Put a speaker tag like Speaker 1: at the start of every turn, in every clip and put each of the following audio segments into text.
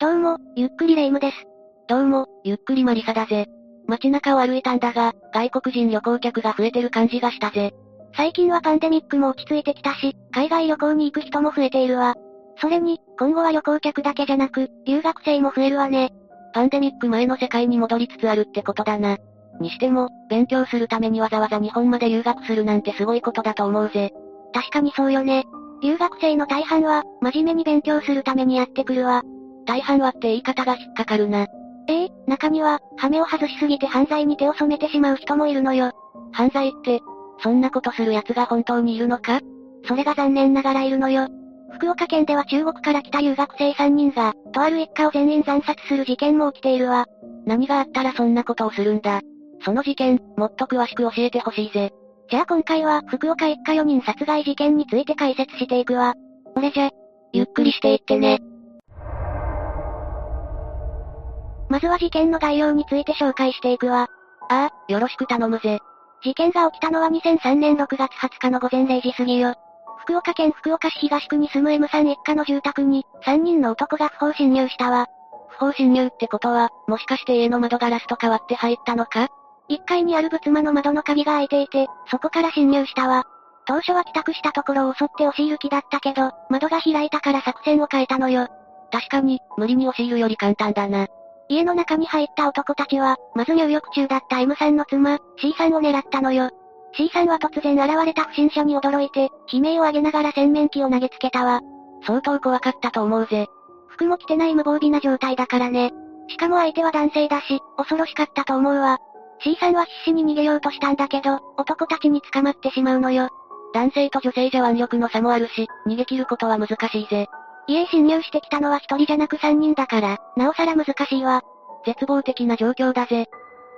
Speaker 1: どうも、ゆっくりレ夢ムです。
Speaker 2: どうも、ゆっくりマリサだぜ。街中を歩いたんだが、外国人旅行客が増えてる感じがしたぜ。
Speaker 1: 最近はパンデミックも落ち着いてきたし、海外旅行に行く人も増えているわ。それに、今後は旅行客だけじゃなく、留学生も増えるわね。
Speaker 2: パンデミック前の世界に戻りつつあるってことだな。にしても、勉強するためにわざわざ日本まで留学するなんてすごいことだと思うぜ。
Speaker 1: 確かにそうよね。留学生の大半は、真面目に勉強するためにやってくるわ。
Speaker 2: 大半はって言い方が引っかかるな。
Speaker 1: ええ中には、ハメを外しすぎて犯罪に手を染めてしまう人もいるのよ。
Speaker 2: 犯罪って、そんなことする奴が本当にいるのか
Speaker 1: それが残念ながらいるのよ。福岡県では中国から来た留学生3人が、とある一家を全員惨殺する事件も起きているわ。
Speaker 2: 何があったらそんなことをするんだ。その事件、もっと詳しく教えてほしいぜ。
Speaker 1: じゃあ今回は福岡一家4人殺害事件について解説していくわ。これじゃ、
Speaker 2: ゆっくりしていってね。
Speaker 1: まずは事件の概要について紹介していくわ。
Speaker 2: ああ、よろしく頼むぜ。
Speaker 1: 事件が起きたのは2003年6月20日の午前0時過ぎよ。福岡県福岡市東区に住む M さん一家の住宅に、3人の男が不法侵入したわ。
Speaker 2: 不法侵入ってことは、もしかして家の窓ガラスと変わって入ったのか
Speaker 1: 1階にある仏間の窓の鍵が開いていて、そこから侵入したわ。当初は帰宅したところを襲って押し入る気だったけど、窓が開いたから作戦を変えたのよ。
Speaker 2: 確かに、無理に押し入るより簡単だな。
Speaker 1: 家の中に入った男たちは、まず入浴中だった M さんの妻、C さんを狙ったのよ。C さんは突然現れた不審者に驚いて、悲鳴を上げながら洗面器を投げつけたわ。
Speaker 2: 相当怖かったと思うぜ。
Speaker 1: 服も着てない無防備な状態だからね。しかも相手は男性だし、恐ろしかったと思うわ。C さんは必死に逃げようとしたんだけど、男たちに捕まってしまうのよ。
Speaker 2: 男性と女性じゃ腕力の差もあるし、逃げ切ることは難しいぜ。
Speaker 1: 家へ侵入してきたのは一人じゃなく三人だから、なおさら難しいわ。
Speaker 2: 絶望的な状況だぜ。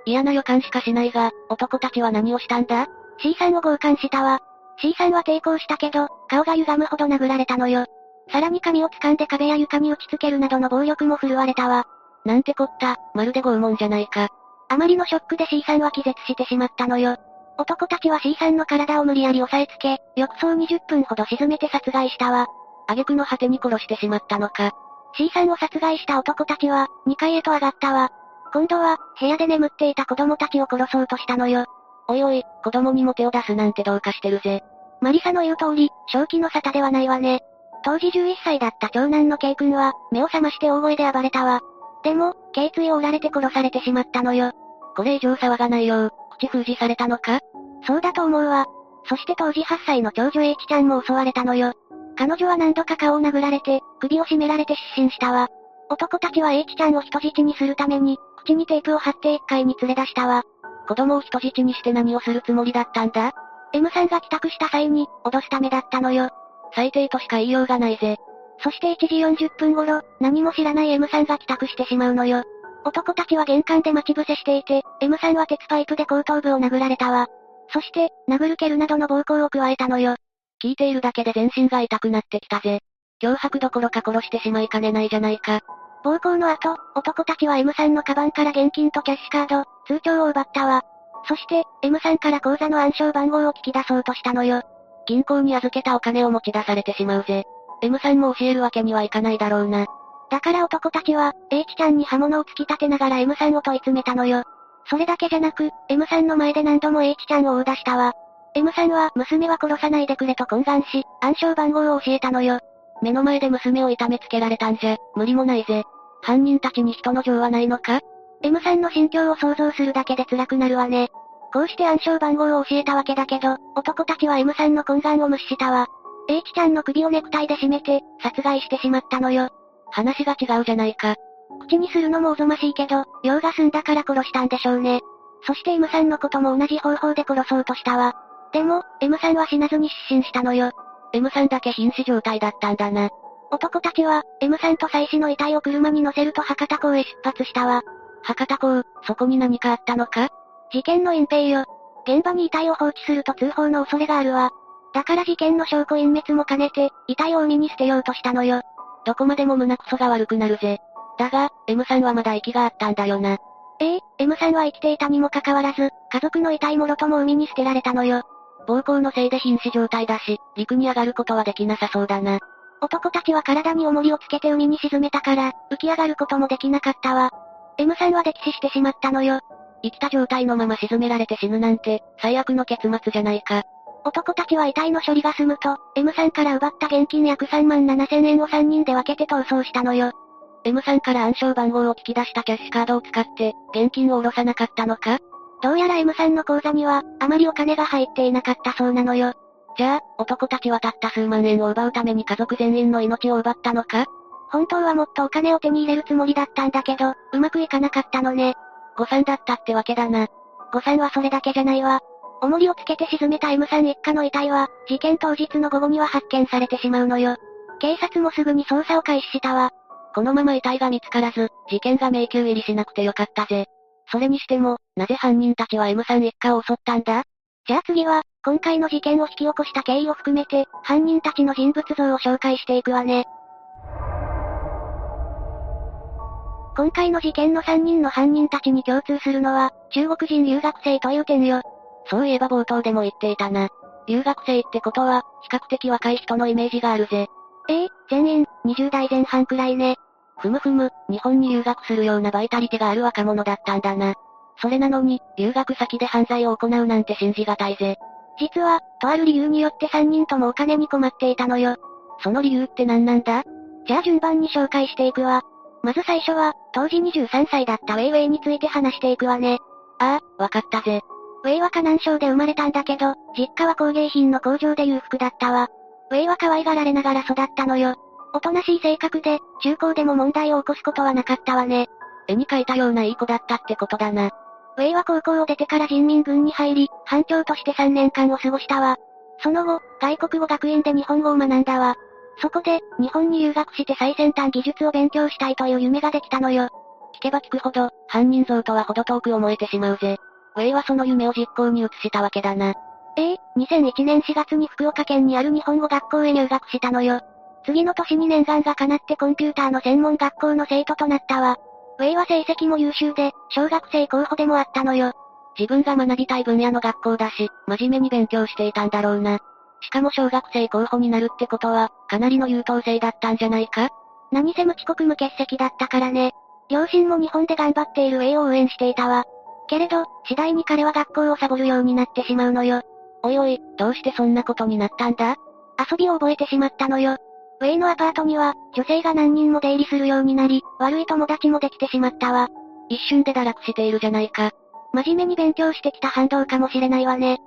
Speaker 2: 嫌な予感しかしないが、男たちは何をしたんだ
Speaker 1: C さんを強姦したわ。C さんは抵抗したけど、顔が歪むほど殴られたのよ。さらに髪を掴んで壁や床に打ちつけるなどの暴力も振るわれたわ。
Speaker 2: なんてこった、まるで拷問じゃないか。
Speaker 1: あまりのショックで C さんは気絶してしまったのよ。男たちは C さんの体を無理やり押さえつけ、浴槽20分ほど沈めて殺害したわ。
Speaker 2: 挙句の果てに殺してしまったのか。
Speaker 1: C さんを殺害した男たちは、2階へと上がったわ。今度は、部屋で眠っていた子供たちを殺そうとしたのよ。
Speaker 2: おいおい、子供にも手を出すなんてどうかしてるぜ。
Speaker 1: マリサの言う通り、正気の沙汰ではないわね。当時11歳だった長男の K 君は、目を覚まして大声で暴れたわ。でも、頸椎を折られて殺されてしまったのよ。
Speaker 2: これ以上騒がないよう、口封じされたのか
Speaker 1: そうだと思うわ。そして当時8歳の長女 H ちゃんも襲われたのよ。彼女は何度か顔を殴られて、首を絞められて失神したわ。男たちは H ちゃんを人質にするために、口にテープを貼って1階に連れ出したわ。
Speaker 2: 子供を人質にして何をするつもりだったんだ
Speaker 1: M さんが帰宅した際に、脅すためだったのよ。
Speaker 2: 最低としか言いようがないぜ。
Speaker 1: そして1時40分頃、何も知らない M さんが帰宅してしまうのよ。男たちは玄関で待ち伏せしていて、M さんは鉄パイプで後頭部を殴られたわ。そして、殴る蹴るなどの暴行を加えたのよ。
Speaker 2: 聞いているだけで全身が痛くなってきたぜ。脅迫どころか殺してしまいかねないじゃないか。
Speaker 1: 暴行の後、男たちは M さんのカバンから現金とキャッシュカード、通帳を奪ったわ。そして、M さんから口座の暗証番号を聞き出そうとしたのよ。
Speaker 2: 銀行に預けたお金を持ち出されてしまうぜ。M さんも教えるわけにはいかないだろうな。
Speaker 1: だから男たちは、H ちゃんに刃物を突き立てながら M さんを問い詰めたのよ。それだけじゃなく、M さんの前で何度も H ちゃんを追い出したわ。M さんは、娘は殺さないでくれと懇願し、暗証番号を教えたのよ。
Speaker 2: 目の前で娘を痛めつけられたんじゃ、無理もないぜ。犯人たちに人の情はないのか
Speaker 1: M さんの心境を想像するだけで辛くなるわね。こうして暗証番号を教えたわけだけど、男たちは M さんの懇願を無視したわ。H ちゃんの首をネクタイで絞めて、殺害してしまったのよ。
Speaker 2: 話が違うじゃないか。
Speaker 1: 口にするのもおぞましいけど、用が済んだから殺したんでしょうね。そして M さんのことも同じ方法で殺そうとしたわ。でも、M さんは死なずに失神したのよ。
Speaker 2: M さんだけ瀕死状態だったんだな。
Speaker 1: 男たちは、M さんと妻子の遺体を車に乗せると博多港へ出発したわ。
Speaker 2: 博多港、そこに何かあったのか
Speaker 1: 事件の隠蔽よ。現場に遺体を放置すると通報の恐れがあるわ。だから事件の証拠隠滅も兼ねて、遺体を海に捨てようとしたのよ。
Speaker 2: どこまでも胸クソが悪くなるぜ。だが、M さんはまだ息があったんだよな。
Speaker 1: ええ M さんは生きていたにもかかわらず、家族の遺体もろとも海に捨てられたのよ。
Speaker 2: 暴行のせいで瀕死状態だし、陸に上がることはできなさそうだな。
Speaker 1: 男たちは体に重りをつけて海に沈めたから、浮き上がることもできなかったわ。M さんは溺死してしまったのよ。
Speaker 2: 生きた状態のまま沈められて死ぬなんて、最悪の結末じゃないか。
Speaker 1: 男たちは遺体の処理が済むと、M さんから奪った現金約3万7千円を3人で分けて逃走したのよ。
Speaker 2: M さんから暗証番号を聞き出したキャッシュカードを使って、現金を下ろさなかったのか
Speaker 1: どうやら M さんの口座には、あまりお金が入っていなかったそうなのよ。
Speaker 2: じゃあ、男たちはたった数万円を奪うために家族全員の命を奪ったのか
Speaker 1: 本当はもっとお金を手に入れるつもりだったんだけど、うまくいかなかったのね。
Speaker 2: 誤算だったってわけだな。
Speaker 1: 誤算はそれだけじゃないわ。重りをつけて沈めた M さん一家の遺体は、事件当日の午後には発見されてしまうのよ。警察もすぐに捜査を開始したわ。
Speaker 2: このまま遺体が見つからず、事件が迷宮入りしなくてよかったぜ。それにしても、なぜ犯人たちは M さん一家を襲ったんだ
Speaker 1: じゃあ次は、今回の事件を引き起こした経緯を含めて、犯人たちの人物像を紹介していくわね。今回の事件の3人の犯人たちに共通するのは、中国人留学生という点よ。
Speaker 2: そういえば冒頭でも言っていたな。留学生ってことは、比較的若い人のイメージがあるぜ。
Speaker 1: ええ全員、20代前半くらいね。
Speaker 2: ふむふむ、日本に留学するようなバイタリティがある若者だったんだな。それなのに、留学先で犯罪を行うなんて信じがたいぜ。
Speaker 1: 実は、とある理由によって3人ともお金に困っていたのよ。
Speaker 2: その理由って何なんだ
Speaker 1: じゃあ順番に紹介していくわ。まず最初は、当時23歳だったウェイウェイについて話していくわね。
Speaker 2: ああ、わかったぜ。
Speaker 1: ウェイは河南省で生まれたんだけど、実家は工芸品の工場で裕福だったわ。ウェイは可愛がられながら育ったのよ。おとなしい性格で、中高でも問題を起こすことはなかったわね。
Speaker 2: 絵に描いたようないい子だったってことだな。
Speaker 1: ウェイは高校を出てから人民軍に入り、班長として3年間を過ごしたわ。その後、外国語学院で日本語を学んだわ。そこで、日本に留学して最先端技術を勉強したいという夢ができたのよ。
Speaker 2: 聞けば聞くほど、犯人像とはほど遠く思えてしまうぜ。ウェイはその夢を実行に移したわけだな。
Speaker 1: ええ2001年4月に福岡県にある日本語学校へ入学したのよ。次の年に念願が叶ってコンピューターの専門学校の生徒となったわ。ウェイは成績も優秀で、小学生候補でもあったのよ。
Speaker 2: 自分が学びたい分野の学校だし、真面目に勉強していたんだろうな。しかも小学生候補になるってことは、かなりの優等生だったんじゃないか
Speaker 1: 何せ無遅刻無欠席だったからね。両親も日本で頑張っているウェイを応援していたわ。けれど、次第に彼は学校をサボるようになってしまうのよ。
Speaker 2: おいおい、どうしてそんなことになったんだ
Speaker 1: 遊びを覚えてしまったのよ。ウェイのアパートには、女性が何人も出入りするようになり、悪い友達もできてしまったわ。
Speaker 2: 一瞬で堕落しているじゃないか。
Speaker 1: 真面目に勉強してきた反動かもしれないわね。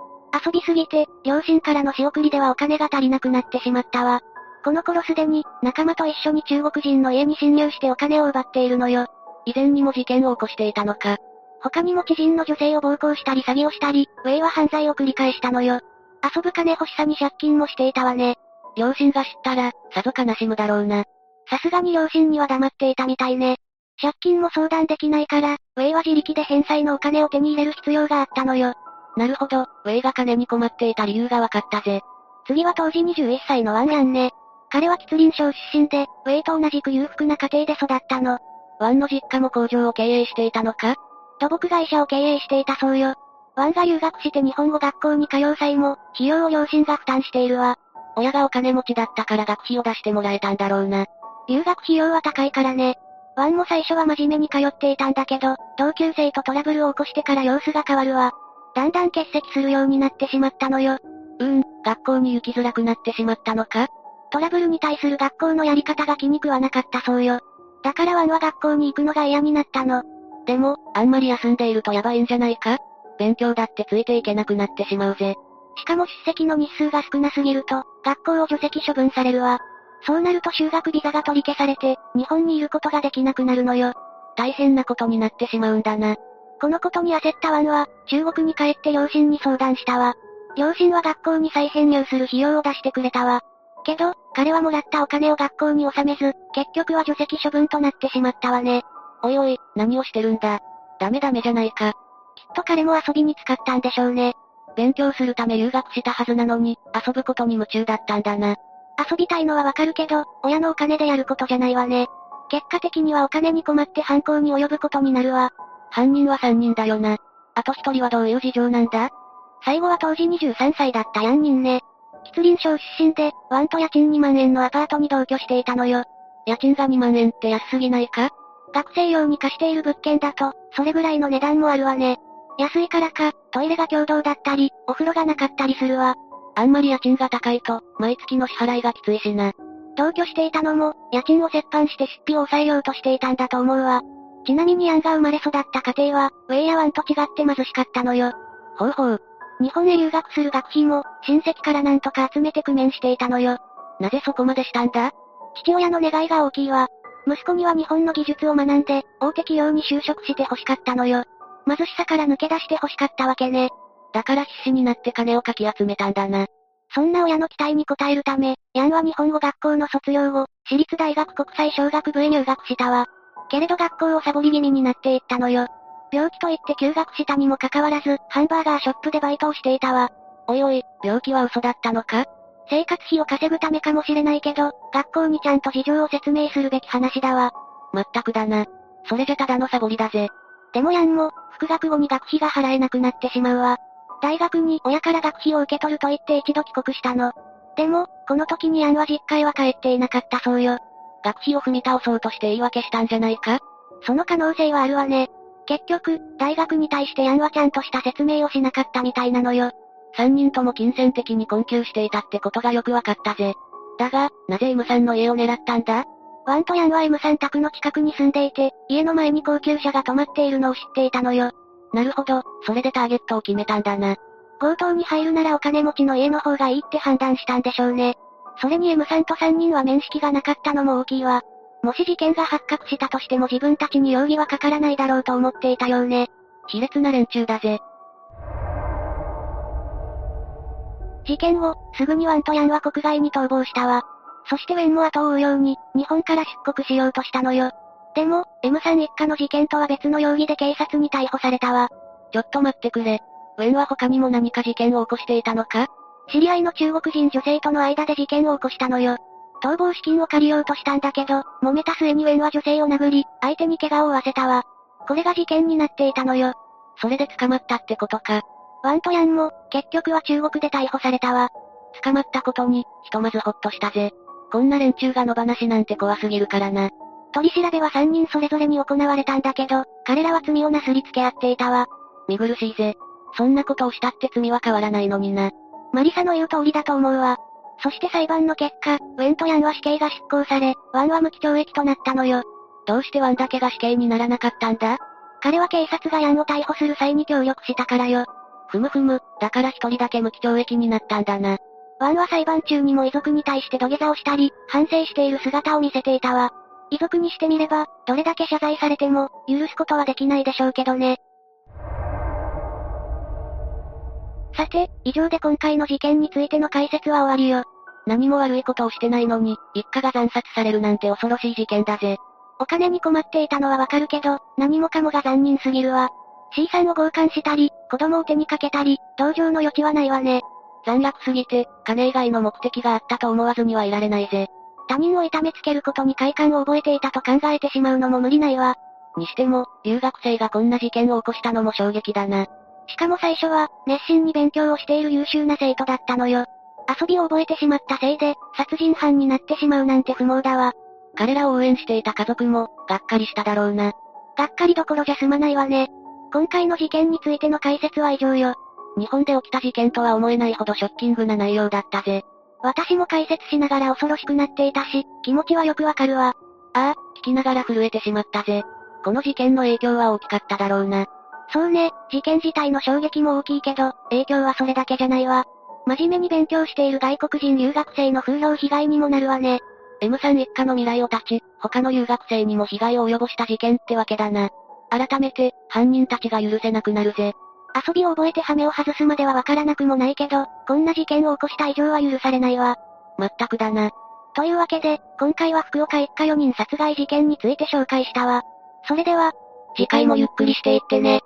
Speaker 1: 遊びすぎて、両親からの仕送りではお金が足りなくなってしまったわ。この頃すでに、仲間と一緒に中国人の家に侵入してお金を奪っているのよ。
Speaker 2: 以前にも事件を起こしていたのか。
Speaker 1: 他にも知人の女性を暴行したり詐欺をしたり、ウェイは犯罪を繰り返したのよ。遊ぶ金欲しさに借金もしていたわね。
Speaker 2: 両親が知ったら、さぞ悲しむだろうな。
Speaker 1: さすがに両親には黙っていたみたいね。借金も相談できないから、ウェイは自力で返済のお金を手に入れる必要があったのよ。
Speaker 2: なるほど、ウェイが金に困っていた理由がわかったぜ。
Speaker 1: 次は当時21歳のワンアンね。彼は吉林省出身で、ウェイと同じく裕福な家庭で育ったの。
Speaker 2: ワンの実家も工場を経営していたのか
Speaker 1: 土木会社を経営していたそうよ。ワンが留学して日本語学校に通う際も、費用を両親が負担しているわ。
Speaker 2: 親がお金持ちだったから学費を出してもらえたんだろうな。
Speaker 1: 留学費用は高いからね。ワンも最初は真面目に通っていたんだけど、同級生とトラブルを起こしてから様子が変わるわ。だんだん欠席するようになってしまったのよ。
Speaker 2: うん、学校に行きづらくなってしまったのか
Speaker 1: トラブルに対する学校のやり方が気に食わなかったそうよ。だからワンは学校に行くのが嫌になったの。
Speaker 2: でも、あんまり休んでいるとやばいんじゃないか勉強だってついていけなくなってしまうぜ。
Speaker 1: しかも出席の日数が少なすぎると、学校を除籍処分されるわ。そうなると修学ビザが取り消されて、日本にいることができなくなるのよ。
Speaker 2: 大変なことになってしまうんだな。
Speaker 1: このことに焦ったワンは、中国に帰って両親に相談したわ。両親は学校に再編入する費用を出してくれたわ。けど、彼はもらったお金を学校に納めず、結局は除籍処分となってしまったわね。
Speaker 2: おいおい、何をしてるんだ。ダメダメじゃないか。
Speaker 1: きっと彼も遊びに使ったんでしょうね。
Speaker 2: 勉強するため留学したはずなのに、遊ぶことに夢中だったんだな。
Speaker 1: 遊びたいのはわかるけど、親のお金でやることじゃないわね。結果的にはお金に困って犯行に及ぶことになるわ。
Speaker 2: 犯人は3人だよな。あと1人はどういう事情なんだ
Speaker 1: 最後は当時23歳だったヤンニンね。吉林省出身で、ワンと家賃2万円のアパートに同居していたのよ。
Speaker 2: 家賃が2万円って安すぎないか
Speaker 1: 学生用に貸している物件だと、それぐらいの値段もあるわね。安いからか、トイレが共同だったり、お風呂がなかったりするわ。
Speaker 2: あんまり家賃が高いと、毎月の支払いがきついしな。
Speaker 1: 同居していたのも、家賃を折半して出費を抑えようとしていたんだと思うわ。ちなみにヤンが生まれ育った家庭は、ウェイヤワンと違って貧しかったのよ。
Speaker 2: ほうほう。
Speaker 1: 日本へ留学する学費も、親戚からなんとか集めて工面していたのよ。
Speaker 2: なぜそこまでしたんだ
Speaker 1: 父親の願いが大きいわ。息子には日本の技術を学んで、大手企業に就職して欲しかったのよ。貧しさから抜け出して欲しかったわけね。
Speaker 2: だから必死になって金をかき集めたんだな。
Speaker 1: そんな親の期待に応えるため、ヤンは日本語学校の卒業後、私立大学国際小学部へ入学したわ。けれど学校をサボり気味になっていったのよ。病気と言って休学したにもかかわらず、ハンバーガーショップでバイトをしていたわ。
Speaker 2: おいおい、病気は嘘だったのか
Speaker 1: 生活費を稼ぐためかもしれないけど、学校にちゃんと事情を説明するべき話だわ。
Speaker 2: まったくだな。それじゃただのサボりだぜ。
Speaker 1: でもヤンも、復学後に学費が払えなくなってしまうわ。大学に親から学費を受け取ると言って一度帰国したの。でも、この時にヤンは実家へは帰っていなかったそうよ。
Speaker 2: 学費を踏み倒そうとして言い訳したんじゃないか
Speaker 1: その可能性はあるわね。結局、大学に対してヤンはちゃんとした説明をしなかったみたいなのよ。
Speaker 2: 三人とも金銭的に困窮していたってことがよくわかったぜ。だが、なぜ M さんの家を狙ったんだ
Speaker 1: ワンとヤンは M さん宅の近くに住んでいて、家の前に高級車が止まっているのを知っていたのよ。
Speaker 2: なるほど、それでターゲットを決めたんだな。
Speaker 1: 強盗に入るならお金持ちの家の方がいいって判断したんでしょうね。それに M さんと3人は面識がなかったのも大きいわ。もし事件が発覚したとしても自分たちに容疑はかからないだろうと思っていたようね。
Speaker 2: 卑劣な連中だぜ。
Speaker 1: 事件後、すぐにワンとヤンは国外に逃亡したわ。そしてウェンも後を追うように、日本から出国しようとしたのよ。でも、M さん一家の事件とは別の容疑で警察に逮捕されたわ。
Speaker 2: ちょっと待ってくれ。ウェンは他にも何か事件を起こしていたのか
Speaker 1: 知り合いの中国人女性との間で事件を起こしたのよ。逃亡資金を借りようとしたんだけど、揉めた末にウェンは女性を殴り、相手に怪我を負わせたわ。これが事件になっていたのよ。
Speaker 2: それで捕まったってことか。
Speaker 1: ワンとヤンも、結局は中国で逮捕されたわ。
Speaker 2: 捕まったことに、ひとまずほっとしたぜ。こんな連中が野放しなんて怖すぎるからな。
Speaker 1: 取り調べは3人それぞれに行われたんだけど、彼らは罪をなすりつけ合っていたわ。
Speaker 2: 見苦しいぜ。そんなことをしたって罪は変わらないのにな。
Speaker 1: マリサの言う通りだと思うわ。そして裁判の結果、ウェンとヤンは死刑が執行され、ワンは無期懲役となったのよ。
Speaker 2: どうしてワンだけが死刑にならなかったんだ
Speaker 1: 彼は警察がヤンを逮捕する際に協力したからよ。
Speaker 2: ふむふむ、だから一人だけ無期懲役になったんだな。
Speaker 1: ワンは裁判中にも遺族に対して土下座をしたり、反省している姿を見せていたわ。遺族にしてみれば、どれだけ謝罪されても、許すことはできないでしょうけどね。さて、以上で今回の事件についての解説は終わりよ。
Speaker 2: 何も悪いことをしてないのに、一家が惨殺されるなんて恐ろしい事件だぜ。
Speaker 1: お金に困っていたのはわかるけど、何もかもが残忍すぎるわ。C さんを強姦したり、子供を手にかけたり、同情の余地はないわね。
Speaker 2: 残虐すぎて、金以外の目的があったと思わずにはいられないぜ。
Speaker 1: 他人を痛めつけることに快感を覚えていたと考えてしまうのも無理ないわ。
Speaker 2: にしても、留学生がこんな事件を起こしたのも衝撃だな。
Speaker 1: しかも最初は、熱心に勉強をしている優秀な生徒だったのよ。遊びを覚えてしまったせいで、殺人犯になってしまうなんて不毛だわ。
Speaker 2: 彼らを応援していた家族も、がっかりしただろうな。
Speaker 1: がっかりどころじゃ済まないわね。今回の事件についての解説は以上よ。
Speaker 2: 日本で起きた事件とは思えないほどショッキングな内容だったぜ。
Speaker 1: 私も解説しながら恐ろしくなっていたし、気持ちはよくわかるわ。
Speaker 2: ああ、聞きながら震えてしまったぜ。この事件の影響は大きかっただろうな。
Speaker 1: そうね、事件自体の衝撃も大きいけど、影響はそれだけじゃないわ。真面目に勉強している外国人留学生の風評被害にもなるわね。
Speaker 2: M さん一家の未来を断ち、他の留学生にも被害を及ぼした事件ってわけだな。改めて、犯人たちが許せなくなるぜ。
Speaker 1: 遊びを覚えて羽目を外すまではわからなくもないけど、こんな事件を起こした以上は許されないわ。
Speaker 2: まったくだな。
Speaker 1: というわけで、今回は福岡一家4人殺害事件について紹介したわ。それでは、
Speaker 2: 次回もゆっくりしていってね。